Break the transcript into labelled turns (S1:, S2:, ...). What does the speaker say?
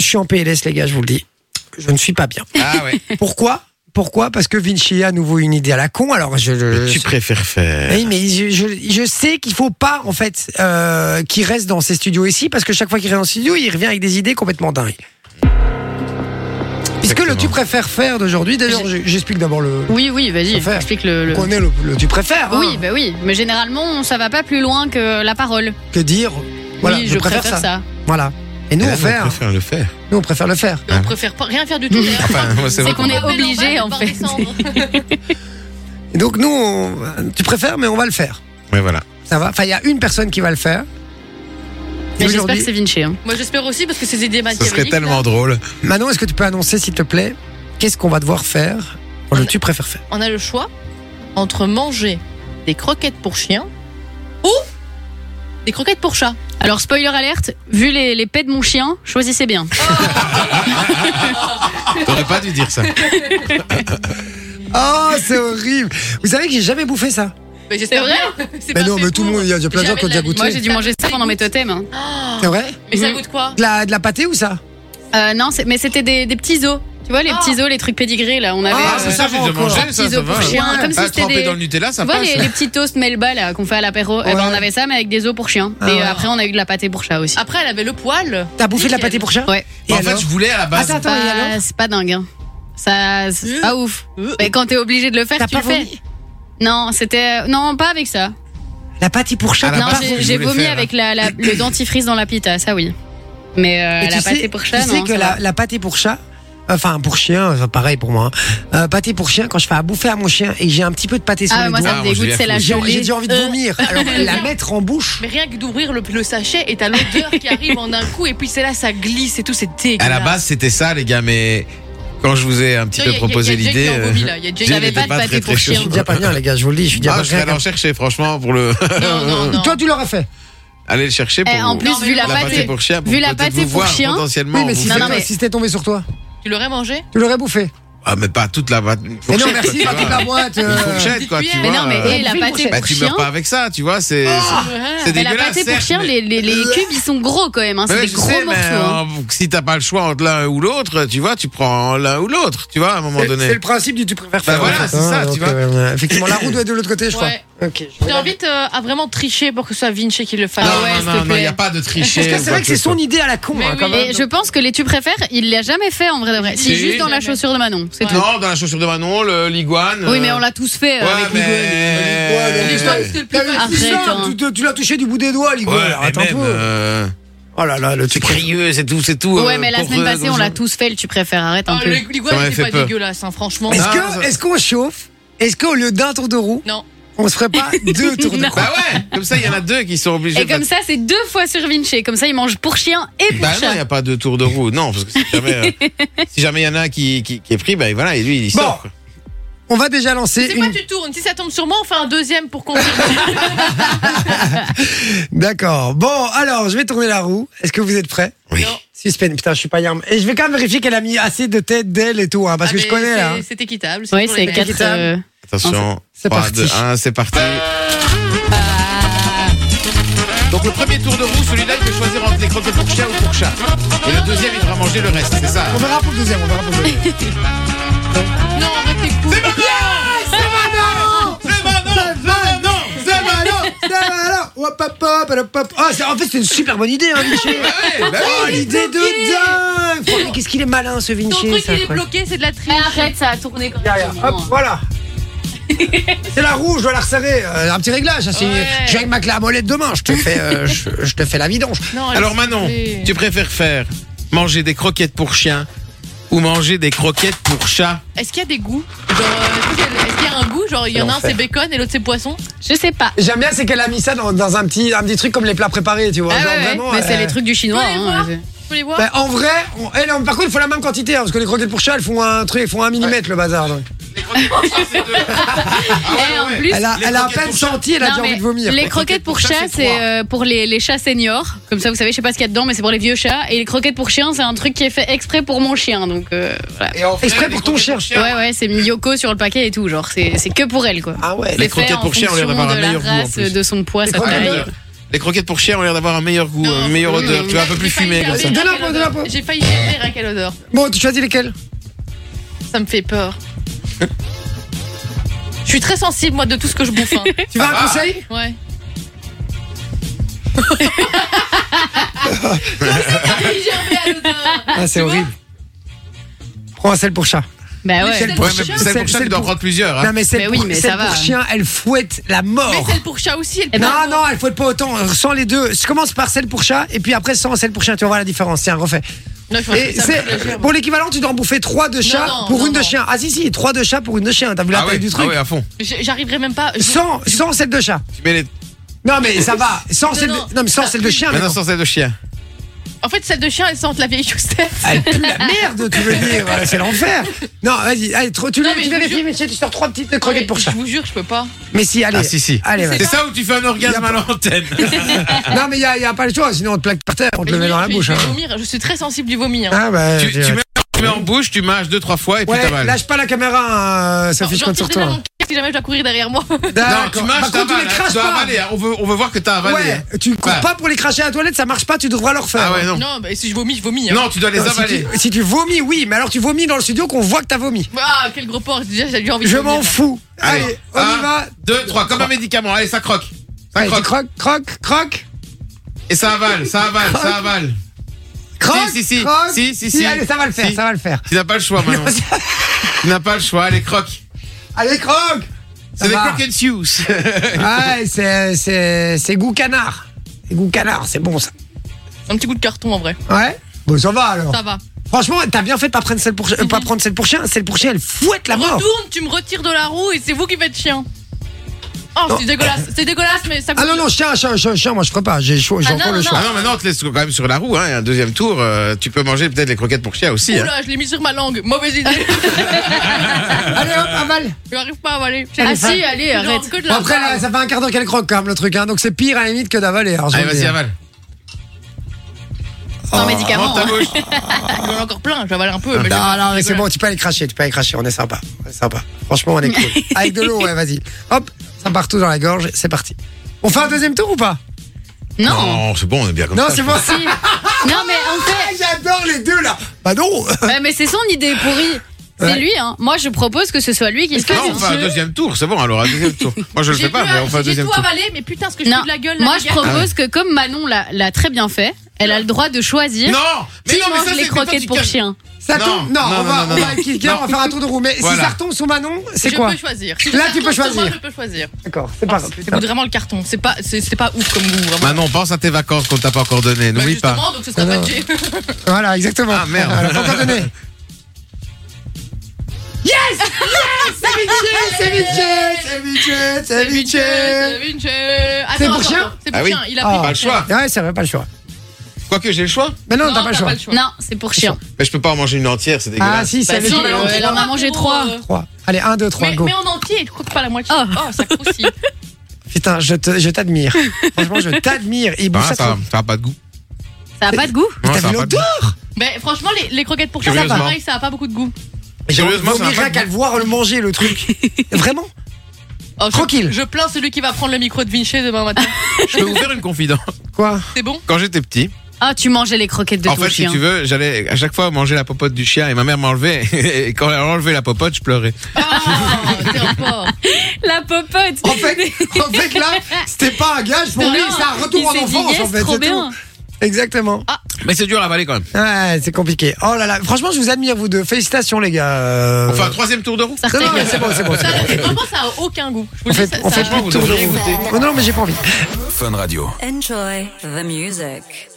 S1: suis en PLS, les gars, je vous le dis. Je ne suis pas bien.
S2: Ah ouais.
S1: Pourquoi Pourquoi Parce que Vinci a à nouveau une idée à la con. Alors, je. je-
S2: Euh, tu
S1: je-
S2: préfères faire.
S1: oui, mais je, je- je sais qu'il faut pas, en fait, euh, qu'il reste dans ces studios ici, parce que chaque fois qu'il reste dans ces studios, il revient avec des idées complètement dingues. Puisque le
S2: Exactement.
S1: tu préfères faire d'aujourd'hui, d'ailleurs, je- j'explique d'abord le.
S3: Oui, oui, vas-y,
S1: Faut faire.
S3: explique le. le-
S1: On connaît le, le tu préfères. hein.
S3: Oui, bah oui, mais généralement, ça va pas plus loin que la parole.
S1: Que dire Voilà,
S3: oui, je, préfère, ça.
S1: Voilà. Et nous,
S2: Et là,
S1: on fait. hein.
S2: on préfère le faire.
S1: Nous, on préfère le faire.
S4: On préfère pas- rien faire du tout. d'ailleurs.
S2: Enfin, moi, c'est
S3: C'est
S2: vrai
S3: qu'on
S2: qu'on
S3: est obligé, en
S4: Rappelle
S3: fait.
S4: en bas, de décembre.
S1: Et donc, nous, on- tu préfères, mais on va le faire.
S2: Mais voilà.
S1: Ça va Enfin, il y a une personne qui va le faire. Et
S3: Mais j'espère
S1: aujourd'hui-
S3: que c'est Vinci. hein.
S4: Moi j'espère aussi parce que ces idées
S2: Ce serait
S4: machiavéliques.
S2: tellement
S4: là,
S2: drôle.
S1: Manon, est-ce que tu peux annoncer, s'il te plaît, qu'est-ce qu'on va devoir faire dans le tu préfères faire
S4: On a le choix entre manger des croquettes pour chien ou des croquettes pour chat.
S3: Alors, spoiler alerte, vu les, les pets de mon chien, choisissez bien.
S2: T'aurais pas dû dire ça.
S1: Oh, c'est horrible Vous savez que j'ai jamais bouffé ça
S4: Mais
S3: C'est vrai
S4: C'est
S1: Mais
S4: pas
S1: non,
S4: fait
S1: mais tout le
S4: pour.
S1: monde, il y a il y a plein de gens
S4: Jamais
S1: qui ont
S4: de
S1: déjà
S4: la vie.
S1: goûté.
S3: Moi, j'ai dû
S4: Ça
S3: manger ça pendant mes
S4: dégoûte.
S3: totems. hein.
S4: Ah,
S1: C'est vrai
S4: Mais ça
S3: Mm.
S4: goûte quoi
S1: de la, de la pâtée ou ça
S3: Euh, non, c'est- mais c'était des, des petits os. Tu vois, les
S4: Ah.
S3: petits os, les trucs pédigrés, là, on avait.
S1: Ah,
S3: euh,
S1: c'est ça,
S2: j'ai déjà
S1: encore.
S2: mangé, ça,
S3: Petits
S2: ça
S3: œufs
S2: va.
S3: pour chien, comme si
S2: Ah,
S3: c'était
S2: trempé
S3: des-
S2: dans le Nutella, ça
S3: Tu vois
S2: passe.
S3: les, les petits toasts Melba là qu'on fait à l'apéro, eh ben,
S1: Ouais.
S3: on avait ça mais avec des os pour chiens.
S1: Ah
S3: et
S1: ouais.
S3: après on a eu de la pâté pour chat aussi.
S4: Après elle avait le poil.
S1: T'as bouffé de la
S4: Nickel.
S1: pâtée pour chat
S3: Ouais.
S1: Et
S2: en fait,
S1: alors
S2: je voulais à la base.
S1: Attends, attends, et
S3: Bah,
S1: alors Euh.
S3: c'est pas dingue. hein. Ça, c'est pas ouf. Mais quand t'es obligé de le faire,
S1: T'as
S3: tu le
S1: pas
S3: fais.
S1: vomi
S3: Non, c'était euh, non pas avec ça.
S1: La pâtée pour chat
S2: Ah, la
S1: t'as
S3: non,
S1: pas
S2: base,
S3: j'ai-
S1: vomi.
S2: vous voulez
S3: j'ai vomi
S2: faire,
S3: avec la, la- le dentifrice dans la pita, ça oui. Mais euh,
S1: Et
S3: la
S1: tu
S3: pâté
S1: sais-
S3: pour chat,
S1: Tu
S3: non.
S1: sais que
S3: ça
S1: la,
S3: va.
S1: la pâtée pour chat, enfin pour chien, enfin, pareil pour moi, hein. Euh, pâté pour chien, quand je fais à bouffer à mon chien et que j'ai un petit peu de pâté sur
S3: Ah
S1: les
S3: ouais, moi
S1: doigts,
S3: ça
S2: Ah,
S3: me
S2: moi, je
S3: dégoûte,
S2: l'ai
S3: c'est la
S2: affronté.
S1: j'ai j'ai
S3: gelée. euh.
S1: déjà envie de vomir. Alors la mettre en bouche.
S4: Mais rien que d'ouvrir le, le sachet et t'as l'odeur qui arrive en un coup et puis c'est là ça glisse et tout c'est dégueulasse.
S2: À la base, c'était ça, les gars, mais quand je vous ai un petit
S4: Tu
S2: peu
S4: vois, y a- y a-
S2: proposé
S4: y a Jake
S2: l'idée.
S4: qui en
S2: euh,
S4: vomit, là. Y a Jake
S2: Jake
S3: avait
S2: n'était
S3: pas de pâté
S2: très,
S3: pour
S2: très
S3: chien.
S1: Je
S2: chaud.
S1: suis déjà pas bien les gars, je vous le dis, je suis déjà
S2: Ah,
S1: pas
S2: je vais aller
S1: bien.
S2: en chercher, franchement, pour le.
S4: Non, non, non.
S1: euh, Toi tu l'aurais fait.
S2: Allez le chercher pour.
S3: Eh, en plus
S4: Non, mais
S3: vu la
S2: la pâté
S3: pâté.
S2: pour chien, pour
S3: vu la
S2: peut-être
S3: pâté
S2: vous
S3: pour
S2: voir
S3: chien.
S2: potentiellement.
S1: Oui mais
S2: vous
S1: si
S3: non,
S2: faire-
S3: non,
S1: c'était
S3: mais-
S1: si c'était tombé sur toi,
S4: Tu l'aurais mangé
S1: tu l'aurais bouffé.
S2: Ah, mais pas toute la pâte.
S1: Mais
S2: fourchette,
S1: non
S2: quoi,
S1: merci,
S2: tu
S1: pas
S2: vois.
S1: toute la boîte.
S2: Une
S1: euh,
S2: fourchette, quoi, tu
S4: hein.
S3: Mais
S2: vois.
S3: non mais
S2: euh,
S3: eh, la
S1: Une
S3: pâté
S2: Bah,
S3: pour
S2: tu
S3: chien. Oh.
S2: meurs pas avec ça, tu vois, c'est. c'est- C'est
S3: Mais la pâté
S2: dégueulasse.
S3: pour
S2: certes,
S3: chien,
S2: mais-
S3: les, les, les cubes ils sont gros quand même, hein, c'est
S2: Ouais,
S3: des
S2: je
S3: gros
S2: sais, mais,
S3: morceaux. hein.
S2: euh, si t'as pas le choix entre l'un ou l'autre, tu vois, tu prends l'un ou l'autre, tu vois, à un moment
S1: C'est c'est
S2: donné.
S1: le principe du tu préfères
S2: Bah
S1: faire.
S2: voilà,
S1: en fait,
S2: c'est
S1: hein,
S2: ça, tu
S1: donc,
S2: vois.
S1: euh, Effectivement, la roue doit être de l'autre côté, je crois.
S4: Ouais.
S1: Ok. je vais la-
S4: J'invite euh, à vraiment tricher pour que ce soit Vinci qui le fasse.
S2: non,
S3: Ah ouais, s'il te
S2: non, non, non,
S3: plaît.
S2: y a pas de tricher.
S1: Parce que c'est
S2: ou quoi
S1: vrai que c'est
S2: ce soit.
S1: son idée à la con,
S4: Mais
S1: hein,
S4: oui.
S1: quand même.
S2: euh,
S3: Et je pense que les tu préfères, il l'a jamais fait en vrai de vrai.
S4: Si,
S3: C'est juste dans la
S4: jamais.
S3: chaussure de Manon, c'est tout.
S2: Non, dans la chaussure de Manon, le l'iguane.
S3: Oui,
S2: euh,
S3: mais on l'a tous fait euh,
S2: Ouais, euh,
S3: avec l'iguane.
S2: mais.
S4: Les doigts, c'est le plus
S1: T'as eu
S4: facile.
S3: Après,
S1: six ans,
S3: attends.
S1: tu-
S4: hein.
S1: tu- Tu l'as touché du bout des doigts, Ligo.
S2: Ouais,
S1: alors,
S2: mais
S1: attends un
S2: même,
S1: peu.
S2: euh,
S1: Oh là là, le
S2: c'est
S1: truc.
S2: crieux, c'est tout, c'est tout.
S3: Ouais,
S2: euh,
S3: mais la
S2: pour,
S3: semaine
S2: euh,
S3: passée, on
S2: comme
S3: l'a
S2: ça.
S3: tous fait, le tu préfères, arrête un
S4: Ah,
S3: peu.
S4: le-
S2: Ça m'a
S4: L'iguane
S2: fait
S4: c'est pas
S2: peur.
S4: dégueulasse, hein, franchement.
S1: Est-ce
S2: Ah,
S1: que,
S2: ça-
S1: est-ce qu'on chauffe Est-ce qu'au lieu d'un tour de roue,
S4: Non.
S1: on se ferait pas deux tours de
S3: Non.
S1: roue
S2: Bah ouais, comme ça, il y en a deux qui sont obligés
S3: Et
S2: de
S3: comme ça, c'est deux fois sur Vinci. Comme ça, il mange pour chien et pour
S2: Bah non, il n'y
S3: chat.
S2: a pas de tour de roue. Non, parce que si jamais euh, si jamais il y en a un qui, qui, qui est pris, bah voilà, et lui, il y
S1: Bon.
S2: sort. quoi.
S1: On va déjà lancer
S4: C'est pas
S1: une.
S4: tu tournes, si ça tombe sur moi, on fait un deuxième pour confirmer.
S1: D'accord. Bon, alors, je vais tourner la roue. Est-ce que vous êtes prêts
S2: Oui.
S4: Non.
S1: Suspend, putain, je suis pas yarm. Et je vais quand même vérifier qu'elle a mis assez de tête d'elle et tout, hein, parce
S4: Ah,
S1: que
S4: mais
S1: je connais.
S4: c'est-
S1: hein.
S4: C'est équitable.
S3: Oui,
S4: pour les
S3: c'est
S4: mecs.
S3: quatre. euh,
S2: Attention.
S1: C'est
S2: 3,
S1: parti.
S2: 2, 1, c'est parti. Donc le premier tour de roue, celui-là, il peut choisir entre les croquettes pour chien ou pour chat. Et le deuxième, il devra manger le reste, c'est ça
S1: On verra pour le deuxième, on verra pour le deuxième.
S4: Non, arrête tes couilles.
S2: C'est Manon C'est Manon C'est Manon
S1: Ça va, alors Hop, hop, hop, hop, hop. Ah, c'est- en fait, c'est une super bonne idée, hein, Vinci.
S2: C'est Manon
S1: Oh, l'idée de dingue Franchement, Qu'est-ce qu'il est malin, ce Vinci
S4: Ton truc,
S1: c'est
S4: il est
S1: incroyable.
S4: bloqué, c'est de la triche.
S3: Mais arrête, ça a tourné quand
S1: Derrière.
S3: même.
S1: Hop, voilà. C'est la roue, je dois la resserrer. Euh, un petit réglage. hein, si
S4: Ouais.
S1: J'ai avec ma clé à molette demain. Je te fais, euh, je, je te fais la vidange.
S4: Non,
S2: Alors
S4: laisse
S2: Manon,
S4: tomber.
S2: tu préfères faire manger des croquettes pour chien ou manger des croquettes pour chat
S4: Est-ce qu'il y a des goûts Genre, euh, Est-ce qu'il y a- est-ce qu'il y a un goût Genre, il y en a un,
S1: L'enfer.
S4: c'est bacon et l'autre, c'est poisson.
S3: Je sais pas.
S1: J'aime bien, c'est qu'elle a mis ça dans, dans un petit, un petit truc comme les plats préparés, tu vois.
S3: Ah
S1: Genre
S3: ouais, ouais,
S1: vraiment,
S3: mais
S1: euh,
S3: c'est les trucs du chinois.
S4: Allez
S3: hein,
S4: voir.
S3: c'est-
S4: Tu peux les voir
S1: bah, en vrai, on- elle, on- par contre, il faut la même quantité hein, parce que les croquettes pour chat, elles font un truc, elles font un millimètre le bazar. donc.
S2: Les croquettes pour chat, c'est deux.
S3: Eh, en plus,
S1: Elle a,
S2: Les
S1: elle a à
S2: croquettes
S1: peine
S2: pour chat.
S1: senti, elle a
S3: non,
S1: déjà
S3: mais
S1: envie de vomir.
S3: les croquettes pour chat, c'est euh, pour les, les chats seniors. Comme ça, vous savez, je sais pas ce qu'il y a dedans, mais c'est pour les vieux chats. Et les croquettes pour chien, c'est un truc qui est fait exprès pour mon chien. Donc euh, voilà.
S2: Et en fait,
S1: Exprès
S2: les
S1: pour ton
S2: croquettes
S1: chien.
S3: Ouais, ouais, c'est mis Yoko sur le paquet et tout. Genre, c'est c'est que pour elle, quoi.
S1: Ah ouais.
S2: Les
S3: C'est fait
S2: croquettes
S3: en
S2: pour chien, on
S3: fonction
S2: l'air d'avoir un
S3: de la
S2: meilleur goût, en
S3: race,
S2: plus.
S3: de son poids,
S1: Les
S3: sa
S1: croquettes
S3: taille.
S1: de-
S2: Ah, Les croquettes pour chien ont l'air d'avoir un meilleur goût,
S4: Non,
S2: une meilleure
S4: oui,
S2: odeur.
S4: oui,
S2: Tu vois, un
S4: oui,
S2: peu plus
S4: j'ai failli
S2: fumé
S4: dire
S2: comme ça.
S4: oui.
S1: De la peau, de la peau.
S4: J'ai failli dire à quelle odeur.
S1: Bon, tu choisis lesquels
S4: Ça me fait peur. Je suis très sensible, moi, de tout ce que je bouffe. hein.
S1: Tu veux un
S2: Ah.
S1: conseil
S4: Ouais.
S1: Ah, c'est horrible. Prends un sel pour chat.
S3: Bah
S4: Mais
S3: ouais.
S4: c'est-
S2: Ouais, mais
S1: Celle-
S2: C'est pour
S1: celle
S2: ça qu'il doit en
S1: pour-
S2: prendre plusieurs. hein.
S1: Non, mais celle,
S3: Mais oui,
S1: pour,
S3: mais
S1: celle
S3: ça va.
S1: pour chien, elle fouette la
S4: Mais
S1: mort.
S4: celle pour chat aussi, elle
S3: Eh ben,
S1: Non, non, elle fouette pas autant. Sans les deux. Je commence par celle pour chat et puis après sans celle pour chien. Tu vas voir la différence. Tiens, refais.
S4: Non, je pense
S1: Et
S4: que ça me fait
S1: c'est,
S4: plaisir.
S1: pour l'équivalent, tu dois en bouffer trois de chat
S4: non,
S1: pour
S4: non,
S1: une de
S4: non.
S1: chien. Ah si, si, trois de chat pour une de chien. T'as vu la
S2: ah
S1: taille
S2: ouais,
S1: du
S2: ah
S1: truc
S2: ouais, à fond.
S4: Je- J'arriverai même pas. je-
S1: sans, sans celle de chat.
S2: Tu mets les.
S1: Non, mais ça va. Sans
S4: Non,
S1: celle
S4: non.
S1: de, non, mais sans
S4: Ça
S1: celle de
S4: pue.
S1: chien. mais
S2: Maintenant, sans celle de chien.
S4: En fait, celle de chien, elle sent la vieille Justine.
S1: Ah, Elle pue la merde, tu veux dire. Euh, C'est l'enfer. Non, vas-y, allez, trop- tu,
S4: Non,
S1: le-
S4: mais
S1: tu
S4: je
S1: vérifies,
S4: vous
S1: mais tu sors trois petites croquettes pour
S4: Je
S1: chat.
S4: vous jure, je peux pas.
S1: Mais si, allez.
S2: Ah, si, si.
S1: Allez, vas-y.
S2: C'est ça où tu fais un orgasme à l'antenne.
S1: Non, mais il n'y a, y a pas le choix, sinon on te plaque par terre, on te le
S4: Mais
S1: met
S4: je-
S1: dans la
S4: je-
S1: bouche.
S4: Je,
S1: Hein.
S4: vais vomir, je suis très sensible du vomi. hein.
S1: Ah, bah,
S2: Tu, tu
S1: je-
S2: mets, tu mets en bouche, tu mâches deux, trois fois et puis
S1: Ouais,
S2: t'avales.
S1: lâche pas la caméra, hein, Sophie,
S4: Non,
S1: je compte sur
S4: j'en tirerai
S1: toi.
S4: mon cul si jamais je dois courir derrière moi.
S2: Non, tu mâches,
S1: ah, Par contre, tu
S2: t'avales,
S1: les
S2: hein,
S1: craches
S2: tu dois
S1: pas.
S2: avaler, hein. On veut, on veut voir que t'as avalé. hein.
S1: Ouais, tu cours
S2: Ouais.
S1: pas pour les cracher à la toilette, ça marche pas, tu devras le refaire.
S2: Ah ouais, non.
S4: Non, mais si je vomis, je vomis. hein.
S2: Non, tu dois les
S1: Non, si,
S2: avaler.
S1: tu, si tu vomis, oui, mais alors tu vomis dans le studio qu'on voit que t'as vomi.
S4: Ah, quel gros porc. Déjà, j'ai eu envie de
S1: Je
S4: vomir.
S1: m'en fous. Allez, on
S2: un,
S1: y va.
S2: Deux, trois, comme un médicament. Allez, ça croque. Ça
S1: Allez, tu
S2: croque.
S1: croque, croque, croque,
S2: Et ça avale, ça avale,
S1: Croque.
S2: ça avale.
S1: croque.
S2: si, si,
S1: croque.
S2: si, si, si.
S1: Allez, ça va le faire,
S2: Si.
S1: ça va le faire.
S2: Tu n'as pas le choix, Manon. Tu n'as pas le choix. Allez, croque.
S1: Allez, croque. Ça
S2: C'est des
S1: va.
S2: croque and shoes.
S1: Ouais, c'est- c'est c'est goût canard. C'est goût canard, c'est bon ça.
S4: Un petit coup de carton en vrai.
S1: Ouais. Bon, ça va alors.
S4: Ça va.
S1: Franchement, t'as bien fait de pas prendre celle pour chien. euh, pas prendre celle pour chien. Celle pour chien, elle fouette la mort.
S4: Retourne, tu me retires de la roue et c'est vous qui faites chien. Oh, c'est dégueulasse. C'est dégueulasse, mais ça
S1: Ah non, non, chien, chien, chien, chien, moi je ferai pas. J'ai cho- j'ai
S4: Ah non,
S1: encore le
S4: non,
S1: choix.
S2: Ah non, maintenant, on te laisse quand même sur la roue. Hein. Un deuxième tour, euh, tu peux manger peut-être les croquettes pour chien aussi. Hein.
S4: Oula, je l'ai mis sur ma langue. Mauvaise idée.
S1: Ah. Allez, hop, avale.
S4: Je n'arrive pas à avaler.
S3: Ah si, allez,
S4: Non,
S3: arrête.
S4: que de
S1: Bon,
S4: la
S1: après,
S4: barbe.
S1: là, ça fait un quart d'heure qu'elle croque quand même le truc. Hein, donc c'est pire à la limite que d'avaler. alors, je
S2: Allez,
S1: veux
S2: vas-y,
S1: dire.
S2: avale.
S1: Oh.
S3: Sans
S2: Monte
S3: médicament.
S2: ta
S3: hein.
S2: bouche.
S4: J'en ai encore plein, j'avale un peu.
S1: Non, non,
S4: mais
S1: mais Ah, bah, c'est bon, tu peux aller cracher, tu peux aller cracher, on est sympa. On est sympa. Franchement, on est cool. Avec de l'eau, ouais, vas-y. Hop, ça part tout dans la gorge, c'est parti. On fait un deuxième tour ou pas
S3: Non.
S2: Non, c'est bon, on est bien comme
S1: Non,
S2: ça.
S1: c'est bon. Eh,
S3: Si. Non, mais en fait.
S1: J'adore les deux là. Bah non.
S3: Ouais, mais c'est son idée pourrie. C'est
S1: Ouais.
S3: lui, hein. Moi, je propose que ce soit lui qui le fasse.
S2: Non, on fait un deuxième tour, c'est bon, alors un deuxième tour. Moi, je le
S4: J'ai
S2: fais pas,
S4: plus-
S2: mais on fait un
S4: J'ai
S2: deuxième
S4: tout
S2: tour.
S4: avalé, mais putain, ce que je
S3: Non.
S4: fais de la gueule. Ah là,
S3: Moi,
S4: les
S3: je
S4: gars.
S3: propose que comme Manon l'a l'a très bien fait, elle a le droit de choisir.
S2: Non, mais
S3: qui
S2: non, mais
S3: mange
S2: ça,
S3: les
S2: c'est toi,
S3: croquettes
S2: tu
S3: pour
S2: casses-
S3: chien
S1: Ça
S2: Non,
S1: tombe. Non,
S2: non,
S1: on
S2: non,
S1: va,
S2: non,
S1: on va
S2: non.
S1: avec Kika, on va faire un tour de roue. Mais si
S2: Voilà.
S1: ça retombe sur Manon, c'est
S4: Je
S1: quoi
S4: peux choisir.
S1: Là,
S4: ça
S1: tu peux
S4: tombe sur
S1: choisir.
S4: moi, Je peux choisir.
S1: D'accord, c'est pas grave.
S4: C'est vraiment le carton. C'est pas, c'est c'est pas ouf comme goût. Vraiment.
S2: Manon, Bah pense à tes vacances qu'on t'a pas encore données,
S4: Bah,
S2: n'oublie pas.
S4: justement, donc c'est ce qu'on va
S1: Non.
S4: dire.
S1: Voilà, exactement.
S2: Ah, merde.
S1: Voilà, faut encore donner. Yes Yes C'est Michel C'est Michel C'est Michel C'est Michel
S4: Ceviche, ceviche. Attends,
S1: C'est pour
S4: attends,
S1: chien
S4: attends, C'est
S2: Ah
S4: pour
S2: oui.
S4: chien. Il a
S1: Ah.
S4: pris
S2: Pas le choix.
S1: Ouais, c'est vrai, pas le choix.
S2: Quoique j'ai le choix,
S1: Mais non,
S4: Non,
S1: t'as pas le choix.
S3: Non, c'est pour chien.
S2: mais je peux pas en manger une entière, c'est
S1: Ah
S2: dégueulasse.
S1: si, c'est
S4: Bah, si,
S1: Michel.
S4: euh,
S3: elle en a mangé trois.
S4: euh,
S1: Trois. Allez, 1, 2, 3,
S4: Mais,
S1: go.
S4: mais en entier, je crois que pas la moitié.
S3: Ah.
S4: Oh, ça croustille.
S1: Putain, je te- je t'admire. Franchement, je t'admire. Il
S2: Ah,
S1: bouge ça.
S2: ça,
S1: trop.
S2: ça a pas de goût.
S3: Ça a pas de goût.
S2: Non,
S1: T'as
S2: ça
S1: vu
S2: a pas de goût.
S1: l'odeur
S4: Mais franchement, les, les croquettes pour chien, ça
S2: Curieusement.
S4: pareil, ça a pas beaucoup de goût.
S2: Curieusement, ça a pas
S1: J'aimerais
S2: de
S1: qu'à le voir le manger, le truc. Vraiment
S4: Oh, je-
S1: Tranquille.
S4: Je plains celui qui va prendre le micro de Vinci demain matin.
S2: Je peux vous faire une confidence.
S1: Quoi
S4: C'est bon
S2: Quand j'étais petit,
S3: Ah, tu mangeais les croquettes de
S2: en
S3: ton
S2: fait, si
S3: chien.
S2: tu veux, j'allais à chaque fois manger la popote du chien et ma mère m'enlevait. Et quand elle enlevait la popote, je pleurais.
S4: Ah, c'est un porc.
S3: La popote.
S1: En fait, en fait, là, c'était pas un gage pour
S3: Non,
S1: lui, c'est un retour
S3: il
S1: en
S3: s'est dit
S1: enfance,
S3: yes,
S1: en fait.
S3: trop
S1: c'est
S3: bien.
S1: tout. Exactement.
S2: Mais c'est dur à avaler quand même.
S1: Ouais, c'est compliqué. Oh là là, franchement, je vous admire, vous deux. Félicitations, les gars. Euh,
S2: Enfin, troisième tour de roue.
S3: Ça
S1: non, non,
S3: retenait.
S1: mais c'est bon, c'est bon. c'est
S4: Ça,
S1: bon.
S4: Vraiment, ça a aucun goût. Je vous
S1: On
S4: le dis,
S1: fait,
S4: ça-
S1: on fait
S4: ça-
S1: plus de tour de roue. Oh non, mais j'ai pas envie.
S5: Fun Radio.
S6: Enjoy the music.